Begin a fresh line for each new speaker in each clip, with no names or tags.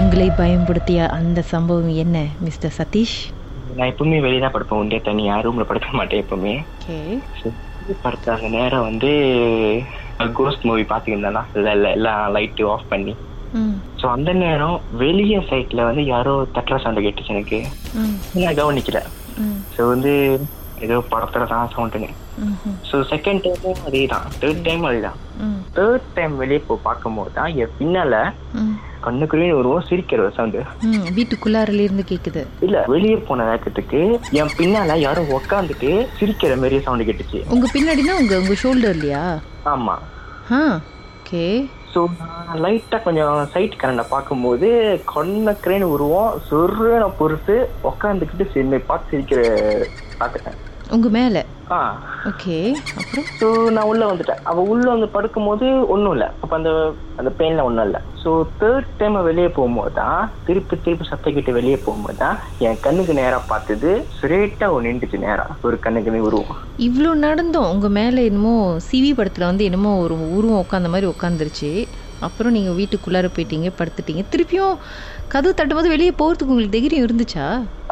உங்களை பயன்படுத்திய அந்த சம்பவம் என்ன மிஸ்டர் சதீஷ்
நான் எப்பவுமே வெளியே தான் படுப்பேன் ஒன்றே தனியா ரூம்ல படுக்க மாட்டேன் எப்பவுமே
ஓகே
படுத்த அந்த நேரம் வந்து கோஸ்ட் மூவி பாத்துக்கிருந்தேன்னா எல்லாம் லைட்டு ஆஃப் பண்ணி
ம்
ஸோ அந்த நேரம் வெளியே சைட்ல வந்து யாரோ தட்டுற சவுண்ட் கேட்டுச்சு எனக்கு
ம்
நான் கவனிக்கல
ம்
ஸோ வந்து ஏதோ படத்துல தான் சவுண்டுன்னு
ம்ஹும்.
ஸோ செகண்ட் டைமும் அதே தான் தேர்ட் டைமும் அதே தான்
ம்
தேர்ட் டைம் வெளியே போ பார்க்கும்போது தான் என் பின்னால
ம்
கண்ணுக்குள்ளே ஒரு சிரிக்கிற சவுண்டு
ம் வீட்டுக்குள்ளாரில இருந்து கேக்குது
இல்ல வெளியே போன நேரத்துக்கு என் பின்னால யாரும் உக்காந்துட்டு சிரிக்கிற மாதிரி சவுண்ட் கேட்டுச்சு
உங்க பின்னாடினா உங்க உங்க ஷோல்டர்லையா
ஆமா
ஆ ஓகே
ஸோ நான் லைட்டா கொஞ்சம் சைட் கரண்ட பார்க்கும்போது கண்ணுக்குறேன்னு உருவம் சொருன பொறுத்து உக்காந்துக்கிட்டு சின்ன பார்த்து சிரிக்கிற பார்த்துட்டேன்
உங்க மேல
ஆ
ஓகே அப்புறம்
ஸோ நான் உள்ள வந்துட்டேன் அவ உள்ள வந்து படுக்கும்போது ஒன்றும் இல்லை அப்போ அந்த அந்த பெயின்ல ஒன்றும் இல்லை ஸோ தேர்ட் டைம் வெளியே போகும்போது தான் திருப்பி திருப்பி சத்தக்கிட்டு வெளியே போகும்போது தான் என் கண்ணுக்கு நேராக பார்த்தது ஸ்ட்ரெயிட்டா ஒன்று நின்றுச்சு நேரா ஒரு கண்ணுக்கு உருவம்
இவ்வளோ நடந்தோம் உங்க மேல என்னமோ சிவி படத்துல வந்து என்னமோ ஒரு உருவம் உட்காந்த மாதிரி உட்காந்துருச்சு அப்புறம் நீங்க வீட்டுக்குள்ளார போயிட்டீங்க படுத்துட்டீங்க திருப்பியும் கதவு தட்டும்போது வெளியே போறதுக்கு உங்களுக்கு தைரியம் இருந்துச்சா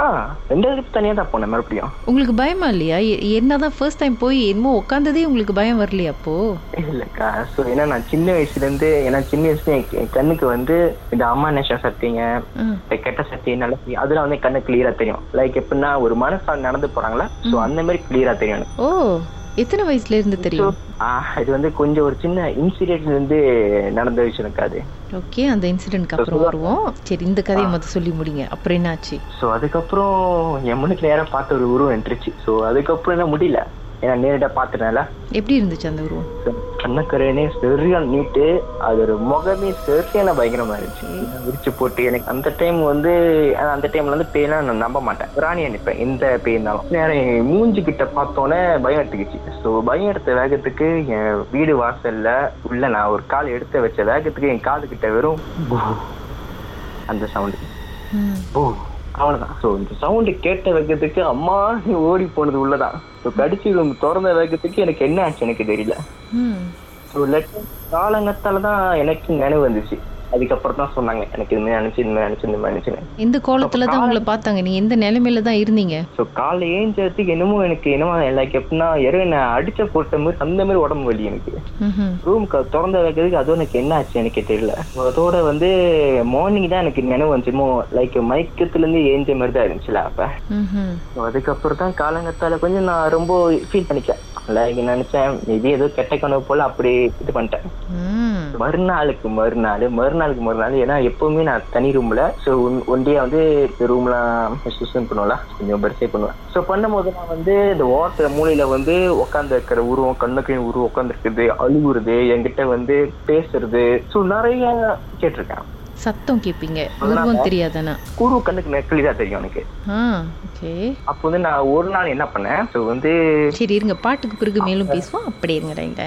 ஆ ரெண்டாவது தனியாக தான் போனேன் மறுபடியும்
உங்களுக்கு பயமா இல்லையா எ- என்னதான் ஃபர்ஸ்ட் டைம் போய் என்னமோ உட்காந்ததே உங்களுக்கு பயம் வரலையா அப்போ
இல்லைக்கா ஸோ ஏன்னா நான் சின்ன வயசுலேருந்து ஏன்னா சின்ன வயசுல என் என் கண்ணுக்கு வந்து இந்த அம்மா நேஷா சக்திங்க
ஆ
இந்த கெட்ட சக்தி நல்ல சக்தி அதெல்லாம் வந்து கண்ணு கிளியரா தெரியும் லைக் எப்படின்னா ஒரு மனசாக நடந்து போறாங்களா ஸோ அந்த மாதிரி கிளியரா தெரியும் எனக்கு
ஓ எத்தனை வயசுல இருந்து
So,
தெரியும்
ஆ, இது வந்து கொஞ்சம் ஒரு சின்ன இன்சிடென்ட்ல இருந்து நடந்த விஷயம் எனக்கு அது
ஓகே அந்த இன்சிடென்ட்க்கு அப்புறம் வருவோம் சரி இந்த கதையை மொத்தம் சொல்லி முடிங்க அப்புறம் என்னாச்சு
ஸோ அதுக்கப்புறம் என் முன்னுக்கு நேரம் பார்த்த ஒரு உருவம் வந்துருச்சு ஸோ அதுக்கப்புறம் என்ன முடியல ஏன்னா நேரடியாக பார்த்துட்டேன்ல
எப்படி இருந்துச்சு அந்த உருவம்
கண்ணக்கரனே சரியா நீட்டு அது ஒரு முகமே சரியான பயங்கரமா இருந்துச்சு விரிச்சு போட்டு எனக்கு அந்த டைம் வந்து ஆனா அந்த டைம்ல வந்து பேயெல்லாம் நான் நம்ப மாட்டேன் ராணி நினைப்பேன் எந்த பேய் இருந்தாலும் நேரம் என் மூஞ்சி கிட்ட பார்த்தோன்னே பயம் எடுத்துக்கிச்சு ஸோ பயம் எடுத்த வேகத்துக்கு என் வீடு வாசல்ல உள்ள நான் ஒரு கால் எடுத்து வச்ச வேகத்துக்கு என் காது கிட்ட வெறும் பூ அந்த சவுண்டு
ம்
ஓ அவ்வளவுதான் ஸோ இந்த சவுண்டு கேட்ட வேகத்துக்கு அம்மா நீ ஓடி போனது உள்ளதான் ஸோ கடிச்சு திறந்த வேகத்துக்கு எனக்கு என்ன ஆச்சு எனக்கு தெரியல
ம்
ஸோ லெட்டர் காலங்கத்தால தான் எனக்கு நினைவு வந்துச்சு அதுக்கப்புறம் தான் சொன்னாங்க எனக்கு இது மாதிரி நினைச்சு இந்த மாதிரி நினைச்சு இந்த மாதிரி நினைச்சுன்னு
எந்த கோலத்துல தான் உங்களை பார்த்தாங்க நீங்க எந்த நிலைமையில தான் இருந்தீங்க
ஸோ காலை ஏஞ்சதுக்கு என்னமோ எனக்கு என்னமோ லைக் எப்படின்னா யாரோ என்னை அடிச்ச போட்ட மாதிரி அந்த மாதிரி உடம்பு வலி எனக்கு
ம்ஹும்.
ரூம் திறந்த வைக்கிறதுக்கு அதுவும் எனக்கு என்ன ஆச்சு எனக்கு தெரியல So அதோட வந்து மார்னிங் தான் எனக்கு நினைவு வந்துச்சுமோ லைக் மயக்கத்துலேருந்து ஏஞ்ச மாதிரி தான் இருந்துச்சுல அப்போ
ம்ஹும்.
So அதுக்கப்புறம் தான் காலங்கத்தால கொஞ்சம் நான் ரொம்ப ஃபீல் பண்ணிட்டேன் லைக் நினைச்சேன் மேபி ஏதோ கெட்ட கனவு போல அப்படி இது பண்ணிட்டேன்
ம்
மறுநாளுக்கு மறுநாள் மறுநாளுக்கு மறுநாள் ஏன்னா எப்பவுமே நான் தனி ரூம்ல ஸோ ஒன்டே வந்து ரூம்லாம் சுசன் பண்ணுவோம்ல கொஞ்சம் பெருசே பண்ணுவேன் ஸோ பண்ணும்போது நான் வந்து இந்த ஓரத்துல மூலையில வந்து உட்காந்து இருக்கிற உருவம் கண்ணுக்கு உருவம் உட்காந்துருக்குது அழுகுறது என்கிட்ட வந்து பேசுறது ஸோ நிறைய கேட்டிருக்கேன்
சத்தம் கேட்பீங்க உருவம் தெரியாதானா
குரு கண்ணுக்கு நெக்கிலி தான் தெரியும் எனக்கு
ஆ ஓகே
அப்போ வந்து நான் ஒரு நாள் என்ன பண்ணேன் ஸோ வந்து
சரி இருங்க பாட்டுக்கு பிறகு மேலும் பேசுவோம் அப்படியே இருங்க லைன்ல